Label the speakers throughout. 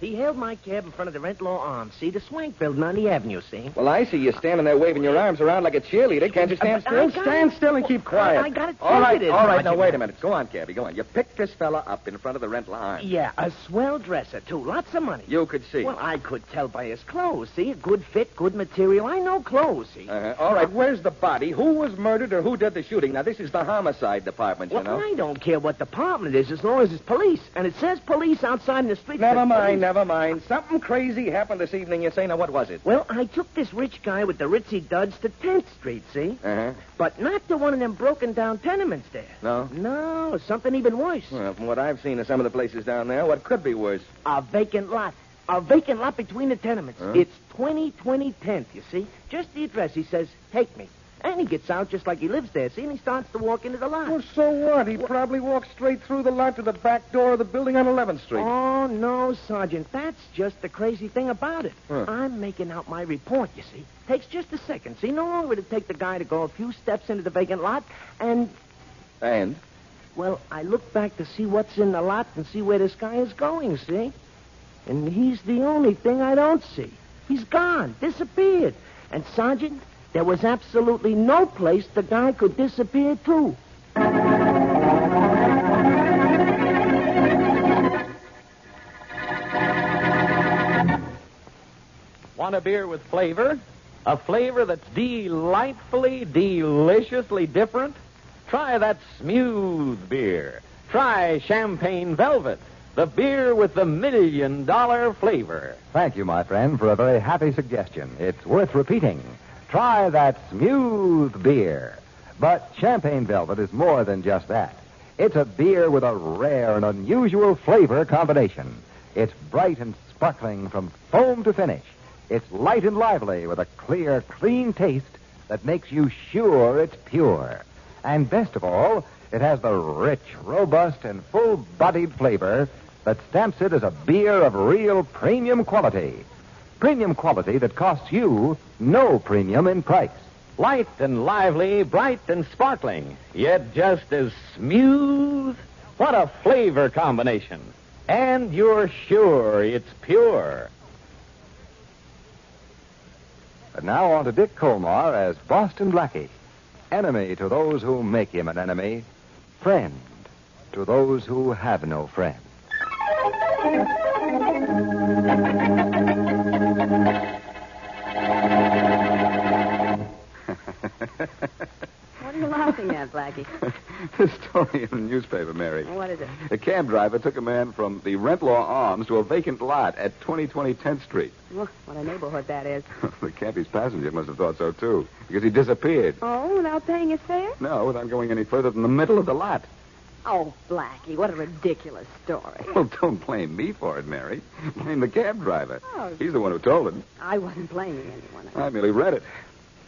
Speaker 1: He hailed my cab in front of the Rent Law Arms. See, the Swank building on the avenue, see?
Speaker 2: Well, I see you standing there waving your arms around like a cheerleader. Can't you stand
Speaker 1: Uh, but
Speaker 2: still?
Speaker 1: I got
Speaker 2: Stand
Speaker 1: it.
Speaker 2: still and keep quiet.
Speaker 1: I got it
Speaker 2: All right,
Speaker 1: ticketed.
Speaker 2: all right.
Speaker 1: Now,
Speaker 2: Now, wait a minute. Go on, Cabby. Go on. You picked this fella up in front of the rental arm.
Speaker 1: Yeah, a swell dresser, too. Lots of money.
Speaker 2: You could see.
Speaker 1: Well, I could tell by his clothes, see? Good fit, good material. I know clothes, see?
Speaker 2: Uh-huh. All right, where's the body? Who was murdered or who did the shooting? Now, this is the homicide department, you
Speaker 1: Look,
Speaker 2: know.
Speaker 1: I don't care what department it is as long as it's police. And it says police outside in the street.
Speaker 2: Never
Speaker 1: It's
Speaker 2: mind,
Speaker 1: police.
Speaker 2: never mind. Something crazy happened this evening, you say. Now, what was it?
Speaker 1: Well, I took this rich guy with the ritzy duds to 10th Street, see?
Speaker 2: Uh-huh.
Speaker 1: But not to one of them broken down tenements there.
Speaker 2: No?
Speaker 1: No, something even worse.
Speaker 2: Well, from what I've seen of some of the places down there, what could be worse?
Speaker 1: A vacant lot. A vacant lot between the tenements.
Speaker 2: Huh?
Speaker 1: It's 2020 10th, you see? Just the address. He says, take me. And he gets out just like he lives there, see? And he starts to walk into the lot.
Speaker 2: so what? He probably walked straight through the lot to the back door of the building on 11th Street.
Speaker 1: Oh, no, Sergeant. That's just the crazy thing about it.
Speaker 2: Huh.
Speaker 1: I'm making out my report, you see. Takes just a second. See, no longer to take the guy to go a few steps into the vacant lot. And,
Speaker 2: And?
Speaker 1: well, I look back to see what's in the lot and see where this guy is going, see? And he's the only thing I don't see. He's gone, disappeared. And, Sergeant, there was absolutely no place the guy could disappear to.
Speaker 3: Want a beer with flavor? A flavor that's delightfully, deliciously different? Try that smooth beer. Try Champagne Velvet, the beer with the million dollar flavor.
Speaker 4: Thank you, my friend, for a very happy suggestion. It's worth repeating. Try that smooth beer. But Champagne Velvet is more than just that. It's a beer with a rare and unusual flavor combination. It's bright and sparkling from foam to finish. It's light and lively with a clear, clean taste that makes you sure it's pure. And best of all, it has the rich, robust, and full bodied flavor that stamps it as a beer of real premium quality. Premium quality that costs you no premium in price.
Speaker 3: Light and lively, bright and sparkling, yet just as smooth. What a flavor combination. And you're sure it's pure.
Speaker 4: But now on to Dick Colmar as Boston Blackie. Enemy to those who make him an enemy, friend to those who have no friend.
Speaker 5: What are you laughing at, Blackie?
Speaker 2: the story in the newspaper, Mary.
Speaker 5: What is it?
Speaker 2: A cab driver took a man from the Rent Law Arms to a vacant lot at 2020 10th Street.
Speaker 5: Look, what a neighborhood that is.
Speaker 2: the cabbie's passenger must have thought so, too, because he disappeared.
Speaker 5: Oh, without paying his fare?
Speaker 2: No, without going any further than the middle of the lot.
Speaker 5: Oh, Blackie, what a ridiculous story.
Speaker 2: Well, don't blame me for it, Mary. Blame the cab driver.
Speaker 5: Oh.
Speaker 2: He's the one who told it.
Speaker 5: I wasn't blaming anyone.
Speaker 2: I merely read it.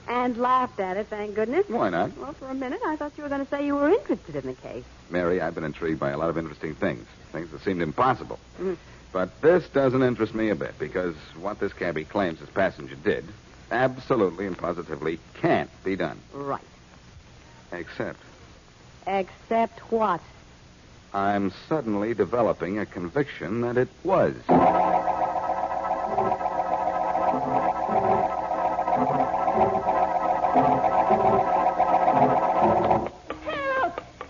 Speaker 5: And laughed at it, thank goodness.
Speaker 2: Why not?
Speaker 5: Well, for a minute, I thought you were going to say you were interested in the case.
Speaker 2: Mary, I've been intrigued by a lot of interesting things, things that seemed impossible.
Speaker 5: Mm.
Speaker 2: But this doesn't interest me a bit, because what this cabbie claims his passenger did absolutely and positively can't be done.
Speaker 5: Right.
Speaker 2: Except
Speaker 5: Except what?
Speaker 2: I'm suddenly developing a conviction that it was.
Speaker 5: Help!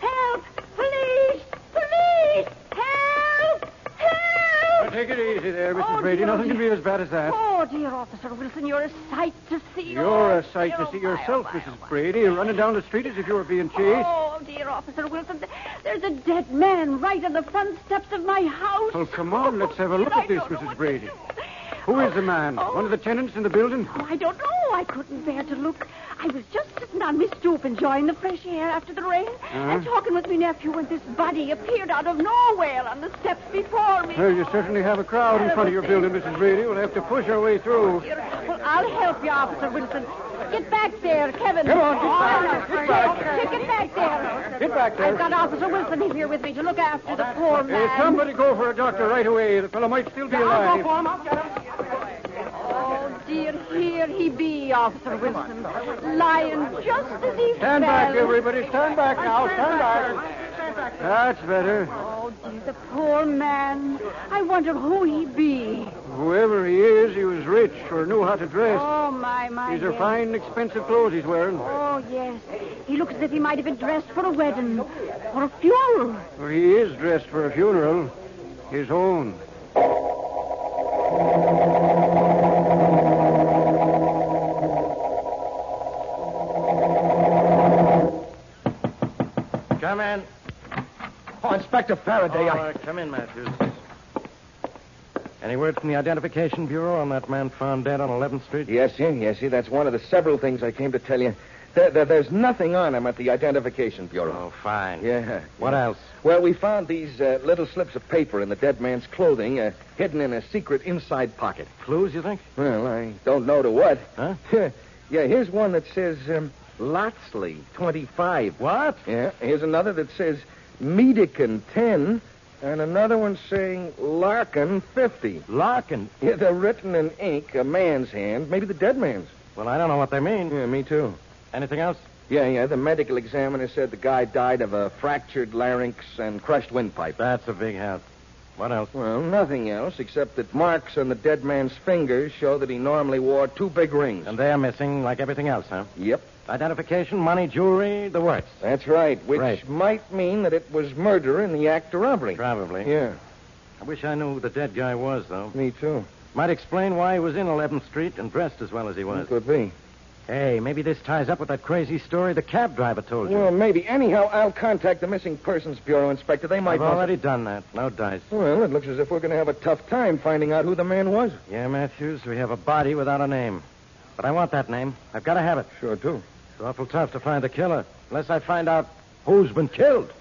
Speaker 5: Help! Police! Police! Help! Help!
Speaker 6: Take it easy there,
Speaker 5: Mrs. Oh, Brady. dear, Nothing can
Speaker 6: be as bad as that.
Speaker 5: Oh, dear Officer Wilson, you're a sight to see.
Speaker 6: Uh,
Speaker 5: Oh,
Speaker 6: You're a sight to see yourself, Mrs. Brady, running down the street as if you were being chased.
Speaker 5: Oh, dear Officer Wilson, th- there's a dead man right on the front steps of my house.
Speaker 6: Well, come on, let's have a look
Speaker 5: I
Speaker 6: at this,
Speaker 5: don't know
Speaker 6: Mrs.
Speaker 5: what to
Speaker 6: Brady.
Speaker 5: do.
Speaker 6: Who is the man? One of the tenants in the building?
Speaker 5: Oh, I don't know. I couldn't bear to look. I was just sitting on my stoop enjoying the fresh air after the rain
Speaker 6: Uh-huh.
Speaker 5: and talking with my nephew when this body appeared out of nowhere on the steps before me.
Speaker 6: Well, you certainly have a crowd in front of your building, Mrs. Brady. We'll have to push our way through.
Speaker 5: Here, Well, I'll help you, Officer Wilson. Get back there, Kevin.
Speaker 6: Come on, get
Speaker 5: Oh,
Speaker 6: back,
Speaker 5: no.
Speaker 6: get back.
Speaker 5: Okay, Get back there.
Speaker 6: Get back there.
Speaker 5: I've got Officer Wilson here with me to look after the poor man.
Speaker 6: Uh, somebody go for a doctor right away. The fellow might still be alive.
Speaker 5: Oh, dear, here he be, Officer Wilson. Lying just as he
Speaker 6: Stand
Speaker 5: fell.
Speaker 6: back, everybody. Stand back now. Stand back. That's better.
Speaker 5: Oh, dear, the poor man. I wonder who he be.
Speaker 6: Whoever he is, he was rich or knew how to dress.
Speaker 5: Oh, my, my.
Speaker 6: These are
Speaker 5: yes.
Speaker 6: fine, expensive clothes he's wearing.
Speaker 5: Oh, yes. He looks as if he might have been dressed for a wedding or a funeral.
Speaker 6: Well, he is dressed for a funeral. His own.
Speaker 7: Come in. Oh, Inspector Faraday.
Speaker 3: All
Speaker 7: I-
Speaker 3: right, uh, come in, Matthews. Any word from the Identification Bureau on that man found dead on 11th Street?
Speaker 7: Yes, sir. Yes, sir. That's one of the several things I came to tell you. There, there- there's nothing on him at the Identification Bureau.
Speaker 3: Oh, fine.
Speaker 7: Yeah.
Speaker 3: What else?
Speaker 7: Well, we found these uh, little slips of paper in the dead man's clothing, uh, hidden in a secret inside pocket.
Speaker 3: Clues, you think?
Speaker 7: Well, I don't know to what.
Speaker 3: Huh?
Speaker 7: yeah, here's one that says um, Lotsley, 25.
Speaker 3: What?
Speaker 7: Yeah, here's another that says Medican, 10. And another one saying Larkin, 50.
Speaker 3: Larkin.
Speaker 7: Yeah, they're written in ink, a man's hand, maybe the dead man's.
Speaker 3: Well, I don't know what they mean.
Speaker 7: Yeah, me too.
Speaker 3: Anything else?
Speaker 7: Yeah, yeah. The medical examiner said the guy died of a fractured larynx and crushed windpipe.
Speaker 3: That's a big help. What else?
Speaker 7: Well, nothing else except that marks on the dead man's fingers show that he normally wore two big rings.
Speaker 3: And they're missing like everything else, huh?
Speaker 7: Yep,
Speaker 3: Identification, money, jewelry, the works.
Speaker 7: that's right. Which
Speaker 3: Right.
Speaker 7: might mean that it was murder in the act of robbery.
Speaker 3: Probably.
Speaker 7: Yeah,
Speaker 3: I wish I knew who the dead guy was, though.
Speaker 7: me too.
Speaker 3: Might explain why he was in 11th Street and dressed as well as he was.
Speaker 7: Could be.
Speaker 3: Hey, maybe this ties up with that crazy story the cab driver told you.
Speaker 7: Well, maybe. Anyhow, I'll contact the missing persons bureau inspector. They might.
Speaker 3: I've
Speaker 7: want-
Speaker 3: already done that. No dice.
Speaker 7: Well, it looks as if we're going to have a tough time finding out who the man was.
Speaker 3: Yeah, Matthews, we have a body without a name. But I want that name. I've got to have it.
Speaker 7: Sure do.
Speaker 3: It's awful tough to find the killer unless I find out who's been killed.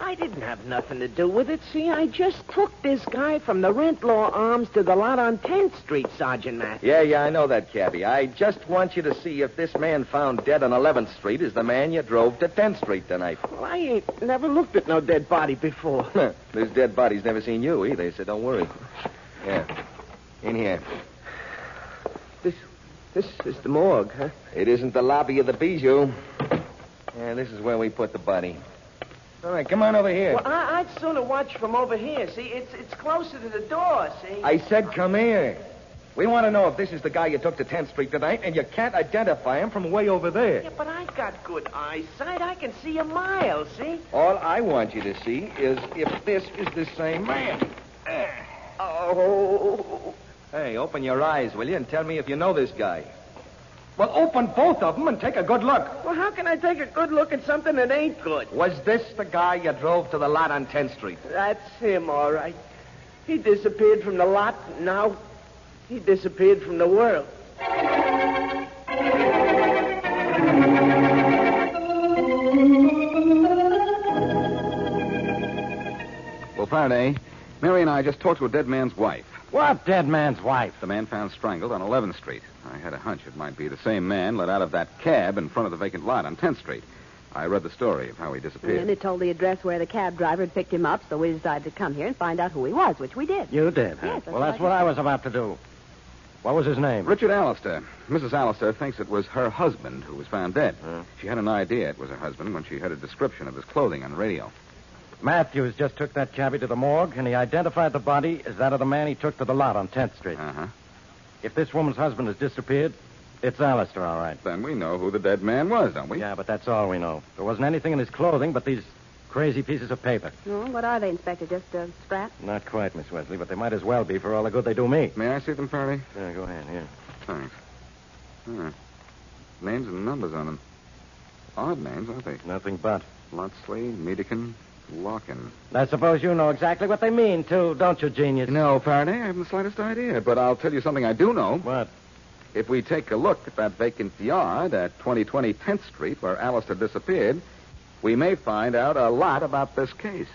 Speaker 1: I didn't have nothing to do with it. See, I just took this guy from the rent law arms to the lot on 10th Street, Sergeant Matt.
Speaker 7: Yeah, yeah, I know that, cabby. I just want you to see if this man found dead on 11th Street is the man you drove to 10th Street tonight.
Speaker 1: Well, I ain't never looked at no dead body before.
Speaker 7: this dead body's never seen you either, so don't worry. Yeah. In here.
Speaker 1: This, this is the morgue, huh?
Speaker 7: It isn't the lobby of the Bijou. Yeah, this is where we put the body. All right, come on over here.
Speaker 1: Well, I, I'd sooner watch from over here. See, it's it's closer to the door. See.
Speaker 7: I said come here. We want to know if this is the guy you took to 10th Street tonight, and you can't identify him from way over there.
Speaker 1: Yeah, but I've got good eyesight. I can see a mile. See.
Speaker 7: All I want you to see is if this is the same man. Oh. Hey, open your eyes, will you, and tell me if you know this guy. Well, open both of them and take a good look.
Speaker 1: Well, how can I take a good look at something that ain't good?
Speaker 7: Was this the guy you drove to the lot on 10th Street?
Speaker 1: That's him, all right. He disappeared from the lot. Now, he disappeared from the world.
Speaker 2: Well, Faraday, Mary and I just talked to a dead man's wife.
Speaker 3: What dead man's wife?
Speaker 2: The man found strangled on 11th Street. I had a hunch it might be the same man let out of that cab in front of the vacant lot on 10th Street. I read the story of how he
Speaker 5: And then
Speaker 2: disappeared.
Speaker 5: they told the address where the cab driver had picked him up, so we decided to come here and find out who he was, which we did.
Speaker 3: You did, huh?
Speaker 5: Yes, that's
Speaker 3: well, that's
Speaker 5: what
Speaker 3: what
Speaker 5: I
Speaker 3: I was about to do. What was his name?
Speaker 2: Richard Allister. Mrs. Allister thinks it was her husband who was found dead. She had an idea it was her husband when she heard a description of his clothing on the radio.
Speaker 3: Matthews just took that cabby to the morgue, and he identified the body as that of the man he took to the lot on 10th Street.
Speaker 2: Uh huh.
Speaker 3: If this woman's husband has disappeared, it's Alistair, all right.
Speaker 2: Then we know who the dead man was, don't we?
Speaker 3: Yeah, but that's all we know. There wasn't anything in his clothing but these crazy pieces of paper.
Speaker 5: Well, what are they, Inspector? Just uh, scrap?
Speaker 3: Not quite, Miss Wesley, but they might as well be for all the good they do me.
Speaker 2: May I see them, Faraday?
Speaker 3: Yeah, go ahead, here.
Speaker 2: Hmm. Thanks. All right. Names and numbers on them. Odd names, aren't they?
Speaker 3: Nothing but.
Speaker 2: Lutsley, Medekin, Larkin.
Speaker 8: I suppose you know exactly what they mean, too, don't you, genius?
Speaker 2: No, Faraday, I haven't the slightest idea. But I'll tell you something I do know.
Speaker 3: What?
Speaker 2: If we take a look at that vacant yard at 2020 10th Street where Alistair disappeared, we may find out a lot about this case.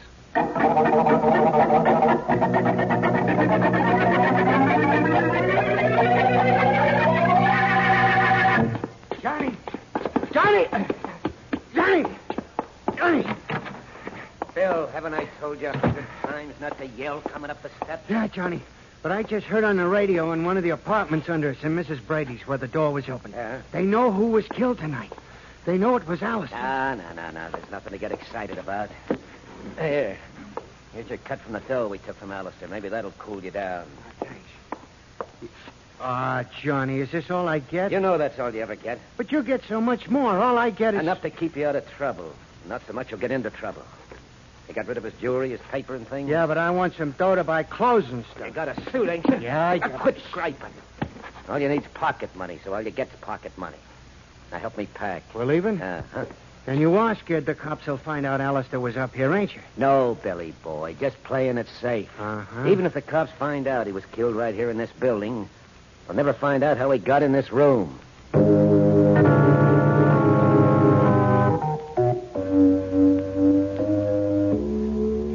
Speaker 1: Johnny! Johnny! Johnny! Johnny!
Speaker 8: Bill, haven't I told you a hundred times not to yell coming up the steps?
Speaker 1: Yeah, Johnny. But I just heard on the radio in one of the apartments under us in Mrs. Brady's where the door was open.
Speaker 8: Yeah?
Speaker 1: They know who was killed tonight. They know it was Alistair.
Speaker 8: No, no, no, no. There's nothing to get excited about. Here. Here's your cut from the dough we took from Alistair. Maybe that'll cool you down.
Speaker 1: Ah, Johnny, is this all I get?
Speaker 8: You know that's all you ever get.
Speaker 1: But you get so much more. All I get is.
Speaker 8: Enough to keep you out of trouble. Not so much you'll get into trouble. They got rid of his jewelry, his paper and things.
Speaker 1: Yeah, but I want some dough to buy clothes and
Speaker 8: You
Speaker 1: stuff.
Speaker 8: got a suit, ain't you?
Speaker 1: Yeah, I
Speaker 8: Now, Quit griping. All you need's pocket money, so all you get's pocket money. Now help me pack.
Speaker 1: We're leaving?
Speaker 8: Uh-huh.
Speaker 1: Then you are scared the cops will find out Alistair was up here, ain't you?
Speaker 8: No, Billy boy, just playing it safe.
Speaker 1: Uh-huh.
Speaker 8: Even if the cops find out he was killed right here in this building, they'll never find out how he got in this room.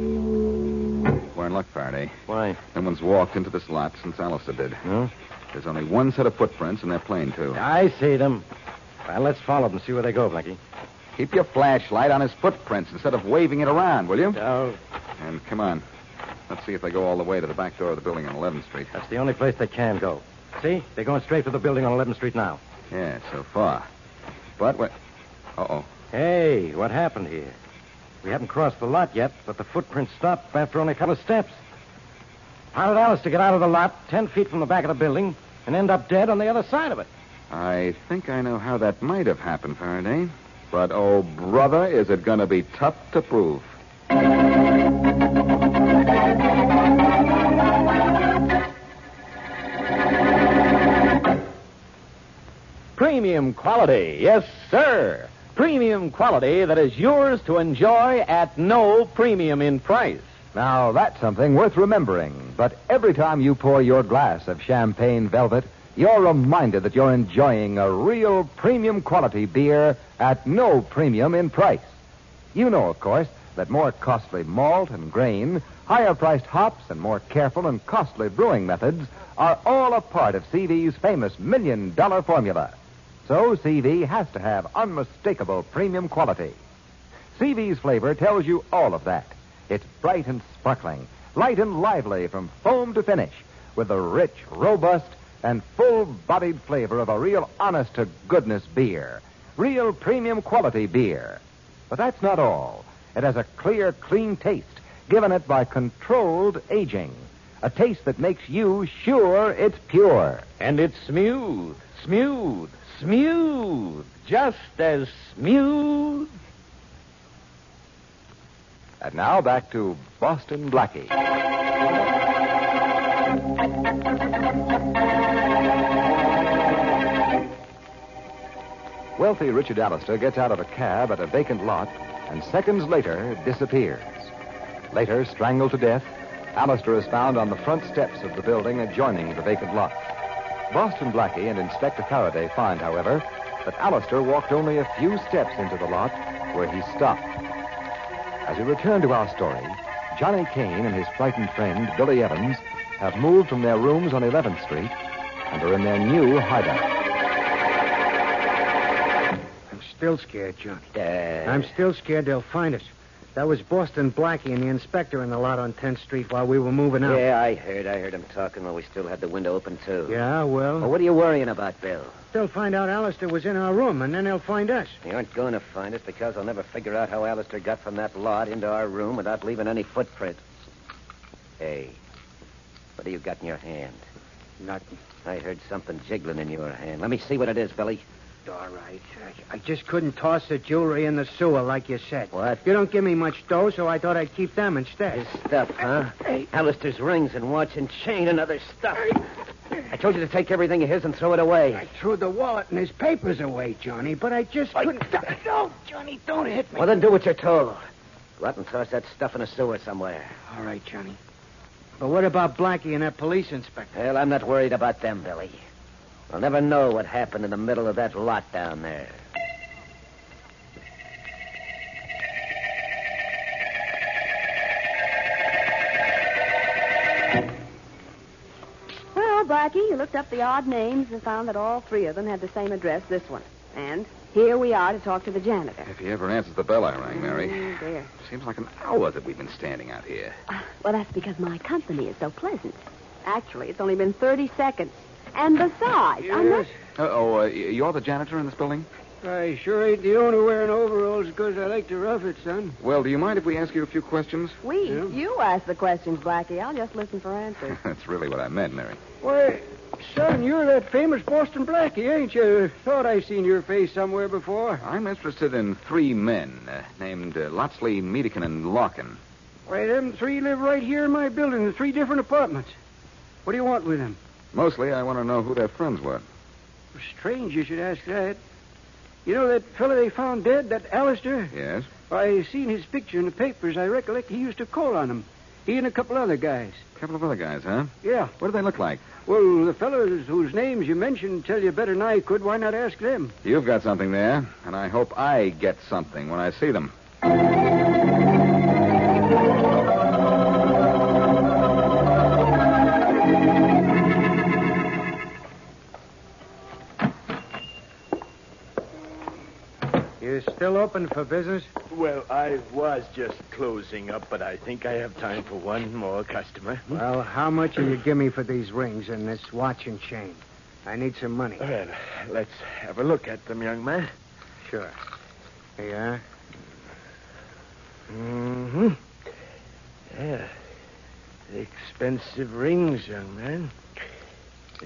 Speaker 2: We're in luck, Faraday.
Speaker 3: Why?
Speaker 2: No one's walked into this lot since Alistair did.
Speaker 3: No?
Speaker 2: There's only one set of footprints, and they're plain, too.
Speaker 3: I see them. Well, let's follow them, see where they go, Blackie.
Speaker 2: Keep your flashlight on his footprints instead of waving it around, will you?
Speaker 3: Oh,
Speaker 2: And come on. Let's see if they go all the way to the back door of the building on 11th Street.
Speaker 3: that's the only place they can go. See? They're going straight for the building on 11th Street now.
Speaker 2: Yeah, so far. But what? Uh-oh.
Speaker 3: Hey, what happened here? We haven't crossed the lot yet, but the footprints stopped after only a couple of steps. How did Alice to get out of the lot, ten feet from the back of the building, and end up dead on the other side of it?
Speaker 2: I think I know how that might have happened, Faraday. But, oh, brother, is it going to be tough to prove.
Speaker 3: Premium quality, yes, sir. Premium quality that is yours to enjoy at no premium in price.
Speaker 4: Now, that's something worth remembering. But every time you pour your glass of champagne velvet, you're reminded that you're enjoying a real premium quality beer at no premium in price. You know, of course, that more costly malt and grain, higher priced hops, and more careful and costly brewing methods are all a part of CV's famous million dollar formula. So CV has to have unmistakable premium quality. CV's flavor tells you all of that. It's bright and sparkling, light and lively from foam to finish, with the rich, robust, and full bodied flavor of a real honest to goodness beer. Real premium quality beer. But that's not all. It has a clear, clean taste given it by controlled aging. A taste that makes you sure it's pure.
Speaker 3: And it's smooth, smooth, smooth, just as smooth.
Speaker 4: And now back to Boston Blackie. Wealthy Richard Allister gets out of a cab at a vacant lot and seconds later disappears. Later, strangled to death, Allister is found on the front steps of the building adjoining the vacant lot. Boston Blackie and Inspector Faraday find, however, that Allister walked only a few steps into the lot where he stopped. As we return to our story, Johnny Kane and his frightened friend, Billy Evans, have moved from their rooms on 11th Street and are in their new hideout.
Speaker 1: I'm still scared, Johnny.
Speaker 8: Dead.
Speaker 1: I'm still scared they'll find us. That was Boston Blackie and the inspector in the lot on 10th Street while we were moving out.
Speaker 8: Yeah, I heard. I heard him talking while we still had the window open, too.
Speaker 1: Yeah, well,
Speaker 8: Well, what are you worrying about, Bill?
Speaker 1: they'll find out Alistair was in our room, and then they'll find us.
Speaker 8: You aren't going to find us because I'll never figure out how Alistair got from that lot into our room without leaving any footprint. Hey, what do you got in your hand?
Speaker 1: Nothing.
Speaker 8: I heard something jiggling in your hand. Let me see what it is, Billy.
Speaker 1: All right. I, I just couldn't toss the jewelry in the sewer like you said.
Speaker 8: What?
Speaker 1: You don't give me much dough, so I thought I'd keep them instead.
Speaker 8: His stuff, huh? Alistair's rings and watch and chain and other stuff. I told you to take everything of his and throw it away.
Speaker 1: I threw the wallet and his papers away, Johnny, but I just couldn't. No, Johnny, don't hit me.
Speaker 8: Well, then do what you're told. Go out and toss that stuff in a sewer somewhere.
Speaker 1: All right, Johnny. But what about Blackie and that police inspector?
Speaker 8: Well, I'm not worried about them, Billy. I'll never know what happened in the middle of that lot down there.
Speaker 5: Well, Blackie, you looked up the odd names and found that all three of them had the same address, this one. And here we are to talk to the janitor.
Speaker 2: If he ever answers the bell I rang, Mary.
Speaker 5: Mm, dear.
Speaker 2: Seems like an hour that we've been standing out here.
Speaker 5: Ah, Well, that's because my company is so pleasant. Actually, it's only been 30 seconds. And besides, I'm not...
Speaker 2: Uh-oh, uh, you're the janitor in this building?
Speaker 6: I sure ain't the only wearing overalls because I like to rough it, son.
Speaker 2: Well, do you mind if we ask you a few questions?
Speaker 5: We,
Speaker 6: Yeah.
Speaker 5: you ask the questions, Blackie. I'll just listen for answers.
Speaker 2: That's really what I meant, Mary.
Speaker 6: Why, son, you're that famous Boston Blackie, ain't you? Thought I seen your face somewhere before.
Speaker 2: I'm interested in three men uh, named uh, Lotsley, Medikin, and Larkin.
Speaker 6: Why, them three live right here in my building in three different apartments. What do you want with them?
Speaker 2: Mostly, I want to know who their friends were.
Speaker 6: Strange you should ask that. You know that fellow they found dead, that Alistair?
Speaker 2: Yes?
Speaker 6: I seen his picture in the papers. I recollect he used to call on him. He and a couple other guys.
Speaker 2: A couple of other guys, huh?
Speaker 6: Yeah.
Speaker 2: What do they look like?
Speaker 6: Well, the fellows whose names you mentioned tell you better than I could. Why not ask them?
Speaker 2: You've got something there, and I hope I get something when I see them.
Speaker 6: You're still open for business?
Speaker 9: Well, I was just closing up, but I think I have time for one more customer.
Speaker 6: Well, how much will you give me for these rings and this watch and chain? I need some money.
Speaker 9: Well, let's have a look at them, young man.
Speaker 6: Sure. Here you are.
Speaker 9: Mm-hmm. Yeah. Expensive rings, young man.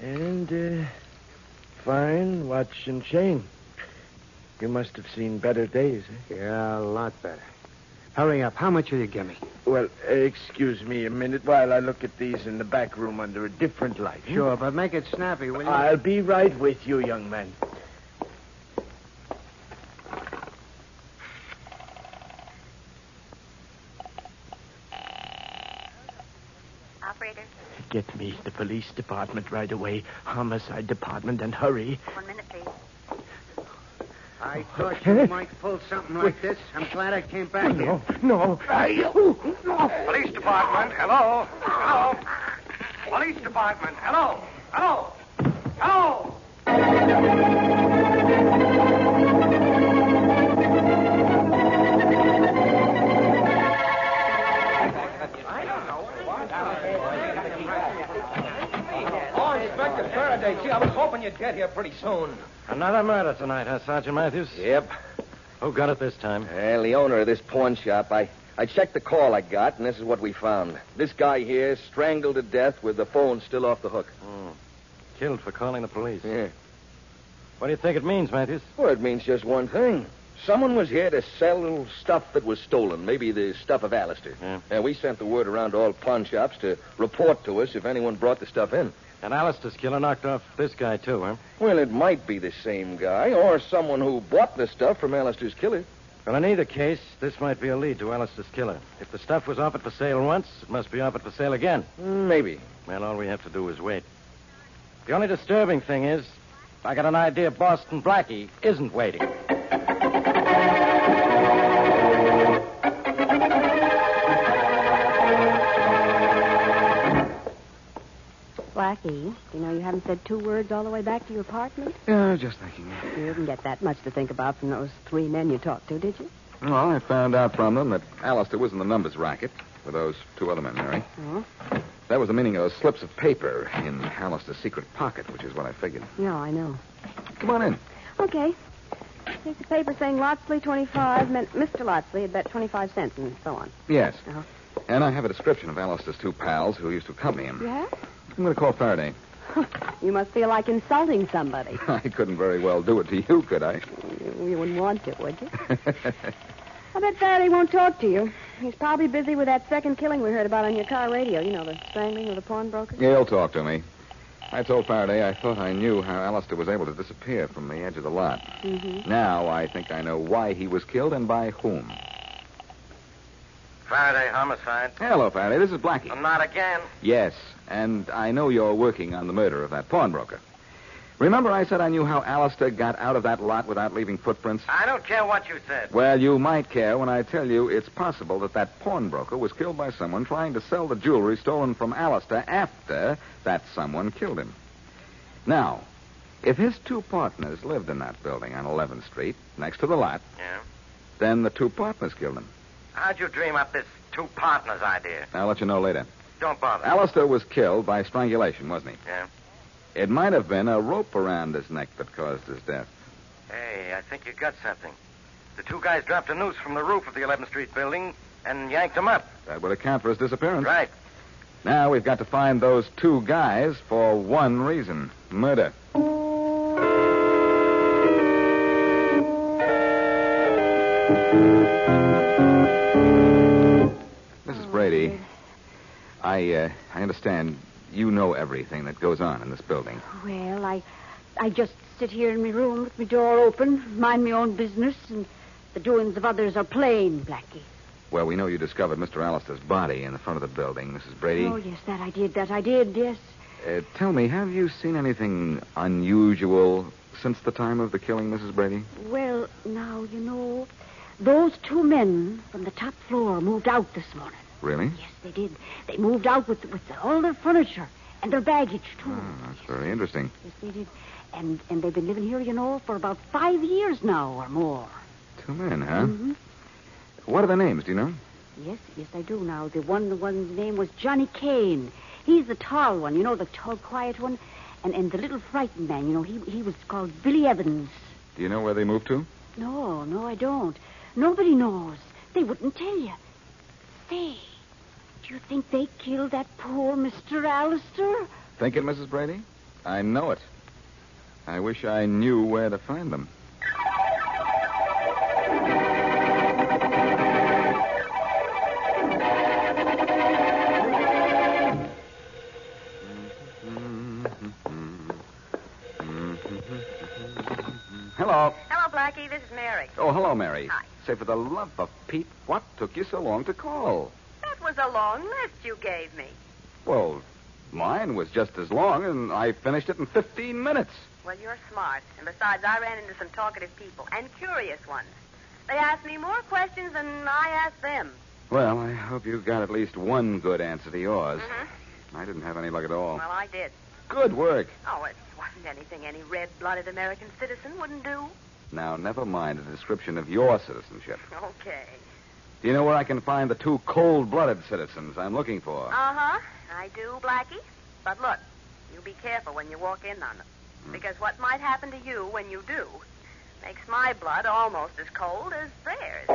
Speaker 9: And uh, fine watch and chain. You must have seen better days. Eh?
Speaker 6: Yeah, a lot better. Hurry up. How much will you give me?
Speaker 9: Well, uh, excuse me a minute while I look at these in the back room under a different light. hmm?
Speaker 6: Sure, but make it snappy, will you?
Speaker 9: I'll be right with you, young man.
Speaker 5: Operator,
Speaker 9: Get me the police department right away, homicide department, and hurry. Oh,
Speaker 5: one minute, please.
Speaker 6: I thought you might pull something like this. I'm glad I came
Speaker 8: Oh,
Speaker 6: back here.
Speaker 9: Oh, no.
Speaker 6: Police department, hello. Hello. Police department, hello. Hello. Hello.
Speaker 8: Oh, Inspector Faraday. Gee, I was hoping you'd get here pretty soon.
Speaker 3: Another murder tonight, huh, Sergeant Matthews?
Speaker 7: Yep.
Speaker 3: Who got it this time?
Speaker 7: Well, the owner of this pawn shop, I, I checked the call I got, and this is what we found. This guy here strangled to death with the phone still off the hook.
Speaker 3: Hmm. Killed for calling the police.
Speaker 7: Yeah.
Speaker 3: What do you think it means, Matthews?
Speaker 7: Well, it means just one thing. Someone was here to sell stuff that was stolen, maybe the stuff of Alistair.
Speaker 3: Yeah.
Speaker 7: And we sent the word around to all pawn shops to report to us if anyone brought the stuff in.
Speaker 3: And Alistair's killer knocked off this guy, too, huh?
Speaker 7: Well, it might be the same guy or someone who bought the stuff from Alistair's killer.
Speaker 3: Well, in either case, this might be a lead to Alistair's killer. If the stuff was offered for sale once, it must be offered for sale again.
Speaker 7: Maybe.
Speaker 3: Well, all we have to do is wait. The only disturbing thing is, I got an idea Boston Blackie isn't waiting.
Speaker 5: Blackie, you know you haven't said two words all the way back to your apartment?
Speaker 2: Yeah, just thinking.
Speaker 5: You didn't get that much to think about from those three men you talked to, did you?
Speaker 2: Well, I found out from them that Alistair was in the numbers racket with those two other men, Mary.
Speaker 5: Oh?
Speaker 2: That was the meaning of those slips of paper in Alistair's secret pocket, which is what I figured.
Speaker 5: No, I know.
Speaker 2: Come on in.
Speaker 5: Okay. Here's the paper saying Lotsley 25 meant Mr. Lotsley had bet 25 cents and so on.
Speaker 2: Yes.
Speaker 5: Uh-huh.
Speaker 2: And I have a description of Alistair's two pals who used to accompany him.
Speaker 5: You have?
Speaker 2: I'm going to call Faraday.
Speaker 5: You must feel like insulting somebody.
Speaker 2: I couldn't very well do it to you, could I?
Speaker 5: You, you wouldn't want to, would you? I bet Faraday won't talk to you. He's probably busy with that second killing we heard about on your car radio. You know, the strangling of the pawnbroker.
Speaker 2: He'll talk to me. I told Faraday I thought I knew how Alistair was able to disappear from the edge of the lot.
Speaker 10: Mm-hmm.
Speaker 2: Now I think I know why he was killed and by whom.
Speaker 11: Faraday, homicide.
Speaker 2: Hello, Faraday. This is Blackie.
Speaker 11: Not again.
Speaker 2: Yes, and I know you're working on the murder of that pawnbroker. Remember I said I knew how Alistair got out of that lot without leaving footprints?
Speaker 11: I don't care what you said.
Speaker 2: Well, you might care when I tell you it's possible that that pawnbroker was killed by someone trying to sell the jewelry stolen from Alistair after that someone killed him. Now, if his two partners lived in that building on 11th Street, next to the lot,
Speaker 11: Yeah?
Speaker 2: then the two partners killed him.
Speaker 11: How'd you dream up this two partners idea?
Speaker 2: I'll let you know later.
Speaker 11: Don't bother.
Speaker 2: Alistair was killed by strangulation, wasn't he?
Speaker 11: Yeah.
Speaker 2: It might have been a rope around his neck that caused his death.
Speaker 11: Hey, I think you got something. The two guys dropped a noose from the roof of the 11th Street building and yanked him up.
Speaker 2: That would account for his disappearance.
Speaker 11: Right.
Speaker 2: Now we've got to find those two guys for one reason murder. Mrs. Brady, I, uh, I understand you know everything that goes on in this building.
Speaker 10: Well, I, I just sit here in my room with my door open, mind my own business, and the doings of others are plain, Blackie.
Speaker 2: Well, we know you discovered Mr. Alistair's body in the front of the building, Mrs. Brady.
Speaker 10: Oh, yes, that I did. That I did, yes.
Speaker 2: Uh, tell me, have you seen anything unusual since the time of the killing, Mrs. Brady?
Speaker 10: Well, now, you know, those two men from the top floor moved out this morning.
Speaker 2: Really?
Speaker 10: Yes, they did. They moved out with, with all their furniture and their baggage, too.
Speaker 2: That's very interesting.
Speaker 10: Yes, they did. And, and they've been living here, you know, for about five years now or more.
Speaker 2: Two men, huh?
Speaker 10: Mhm.
Speaker 2: What are their names? Do you know?
Speaker 10: Yes, yes, I do now. The one, the one's name was Johnny Kane. He's the tall one, you know, the tall, quiet one. And, and the little frightened man, you know, he, he was called Billy Evans.
Speaker 2: Do you know where they moved to?
Speaker 10: No, no, I don't. Nobody knows. They wouldn't tell you. Say, do you think they killed that poor Mr. Alistair?
Speaker 2: Think it, Mrs. Brady? I know it. I wish I knew where to find them. Mm-hmm. Hello.
Speaker 5: Hello, Blackie. This is Mary.
Speaker 2: Oh, hello, Mary.
Speaker 5: Hi.
Speaker 2: Say, for the love of Pete, what took you so long to call?
Speaker 5: That was a long list you gave me.
Speaker 2: Well, mine was just as long, and I finished it in 15 minutes.
Speaker 5: Well, you're smart. And besides, I ran into some talkative people and curious ones. They asked me more questions than I asked them.
Speaker 2: Well, I hope you got at least one good answer to yours.
Speaker 5: Mhm.
Speaker 2: I didn't have any luck at
Speaker 12: Oh.
Speaker 2: all.
Speaker 5: Well, I did.
Speaker 2: Good work.
Speaker 5: Oh, it wasn't anything any red-blooded American citizen wouldn't do.
Speaker 2: Now, never mind the description of your citizenship.
Speaker 5: Okay.
Speaker 2: Do you know where I can find the two cold blooded citizens I'm looking for?
Speaker 5: Uh-huh. I do, Blackie. But look, you be careful when you walk in on them.
Speaker 12: Hmm.
Speaker 5: Because what might happen to you when you do makes my blood almost as cold as theirs.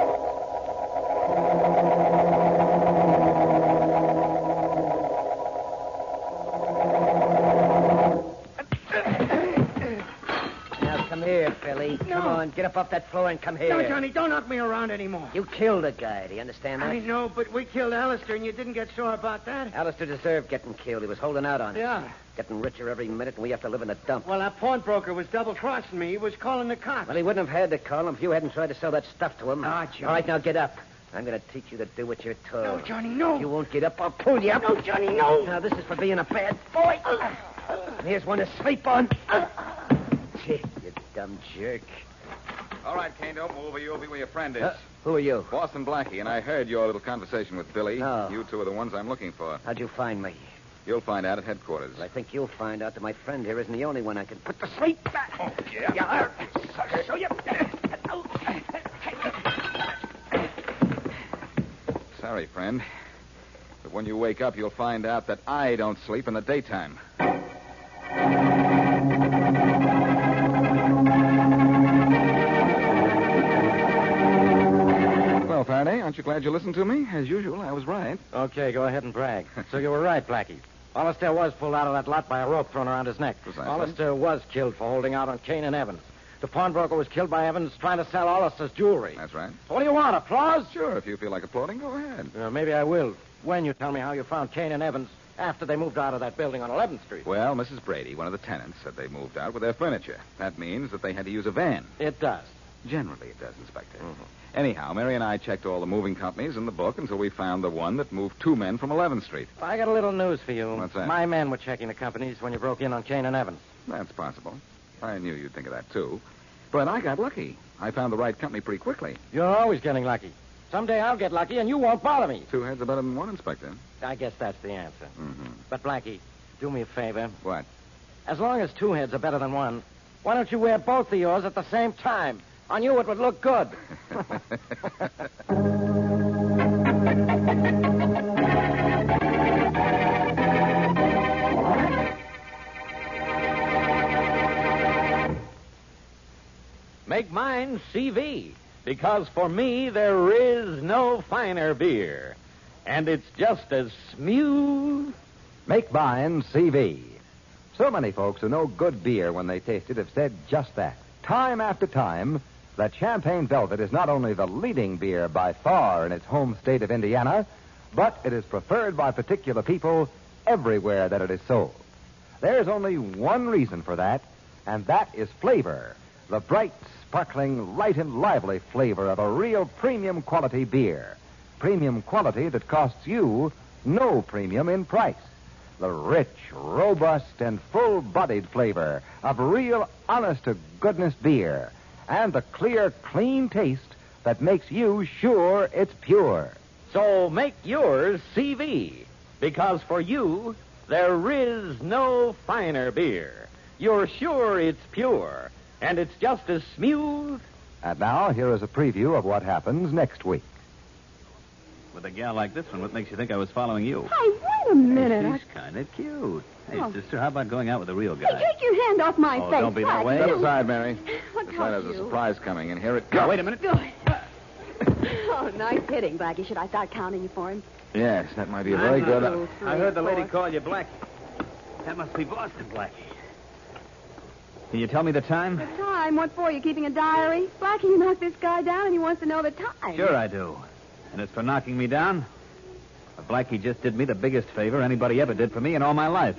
Speaker 8: Now, come here, Billy. Come on, get up off that floor and come here.
Speaker 13: No, Johnny, don't knock me around anymore.
Speaker 8: You killed a guy. Do you understand that?
Speaker 13: I know, but we killed Alistair, and you didn't get sore about that.
Speaker 8: Alistair deserved getting killed. He was holding out on us.
Speaker 13: Yeah.
Speaker 8: Getting richer every minute, and we have to live in a dump.
Speaker 13: Well, that pawnbroker was double crossing me. He was calling the cops.
Speaker 8: Well, he wouldn't have had to call him if you hadn't tried to sell that stuff to him.
Speaker 13: Ah, Johnny.
Speaker 8: All right, now get up. I'm going to teach you to do what you're told.
Speaker 13: No, Johnny, no.
Speaker 8: If you won't get up, I'll pull you up.
Speaker 13: No, Johnny, no.
Speaker 8: Now, this is for being a bad boy. And here's one to sleep on. Gee, you dumb jerk.
Speaker 2: All right, Kane, don't move, or you'll be where your friend is.
Speaker 8: Uh, who are you?
Speaker 2: Boston Blackie, and I heard your little conversation with Billy.
Speaker 8: Oh.
Speaker 2: You two are the ones I'm looking for.
Speaker 8: How'd you find me?
Speaker 2: You'll find out at headquarters.
Speaker 8: Well, I think you'll find out that my friend here isn't the only one I can put to sleep. Oh, yeah. Sucker. So you...
Speaker 2: Sorry, friend. But when you wake up, you'll find out that I don't sleep in the daytime. Well, Faraday, aren't you glad you listened to me? As usual, I was right.
Speaker 3: Okay, go ahead and brag. so you were right, Blackie. Hollister was pulled out of that lot by a rope thrown around his neck.
Speaker 2: Precisely.
Speaker 3: Hollister was killed for holding out on Kane and Evans. The pawnbroker was killed by Evans trying to sell Hollister's jewelry.
Speaker 2: That's right.
Speaker 3: What do you want, applause?
Speaker 2: Sure, if you feel like applauding, go ahead.
Speaker 3: Uh, maybe I will. When you tell me how you found Kane and Evans after they moved out of that building on 11th Street.
Speaker 2: Well, Mrs. Brady, one of the tenants, said they moved out with their furniture. That means that they had to use a van.
Speaker 3: It does. Mm-hmm.
Speaker 2: Generally, it does, Inspector. Anyhow, Mary and I checked all the moving companies in the book until we found the one that moved two men from 11th Street.
Speaker 3: I got a little news for you.
Speaker 2: What's that?
Speaker 3: My men were checking the companies when you broke in on Kane and Evans.
Speaker 2: That's possible. I knew you'd think of that, too. But I got lucky. I found the right company pretty quickly.
Speaker 3: You're always getting lucky. Someday I'll get lucky and you won't bother me.
Speaker 2: Two heads are better than one, Inspector.
Speaker 3: I guess that's the answer.
Speaker 2: Mm-hmm.
Speaker 3: But, Blackie, do me a favor.
Speaker 2: What?
Speaker 3: As long as two heads are better than one, why don't you wear both of yours at the same time? On you, it would look good. Make mine CV, because for me there is no finer beer. And it's just as smooth.
Speaker 4: Make mine CV. So many folks who know good beer when they taste it have said just that, time after time, that Champagne Velvet is not only the leading beer by far in its home state of Indiana, but it is preferred by particular people everywhere that it is sold. There's only one reason for that, and that is flavor. The bright, sparkling, light and lively flavor of a real premium quality beer. Premium quality that costs you no premium in price. The rich, robust, and full bodied flavor of real, honest to goodness beer. And the clear, clean taste that makes you sure it's pure.
Speaker 3: So make yours CV, because for you, there is no finer beer. You're sure it's pure, and it's just as smooth.
Speaker 4: And now, here is a preview of what happens next week.
Speaker 12: With a gal like this one, what makes you think I was following you?
Speaker 5: Hey, wait a minute. I-
Speaker 12: She's kind of cute. Hey,
Speaker 5: Oh.
Speaker 12: sister, how about going out with a real
Speaker 5: Hey,
Speaker 12: guy?
Speaker 5: take your hand off my
Speaker 12: Oh,
Speaker 5: face.
Speaker 12: don't be that
Speaker 5: Blackie.
Speaker 12: way.
Speaker 5: Don't-
Speaker 12: Step aside,
Speaker 2: Mary.
Speaker 5: What
Speaker 2: This
Speaker 5: got
Speaker 2: letter has a
Speaker 5: you?
Speaker 2: surprise coming, and here it comes.
Speaker 12: wait a minute.
Speaker 5: Oh, nice hitting, Blackie. Should I start counting you for him?
Speaker 2: Yes, that might be a very good.
Speaker 12: I heard the lady call you Blackie. That must be Boston Blackie. Can you tell me the time?
Speaker 5: Time? What for? You keeping a diary? Blackie, you knocked this guy down and he wants to know the time.
Speaker 12: Sure I do. And it's for knocking me down. But Blackie just did me the biggest favor anybody ever did for me in all my life.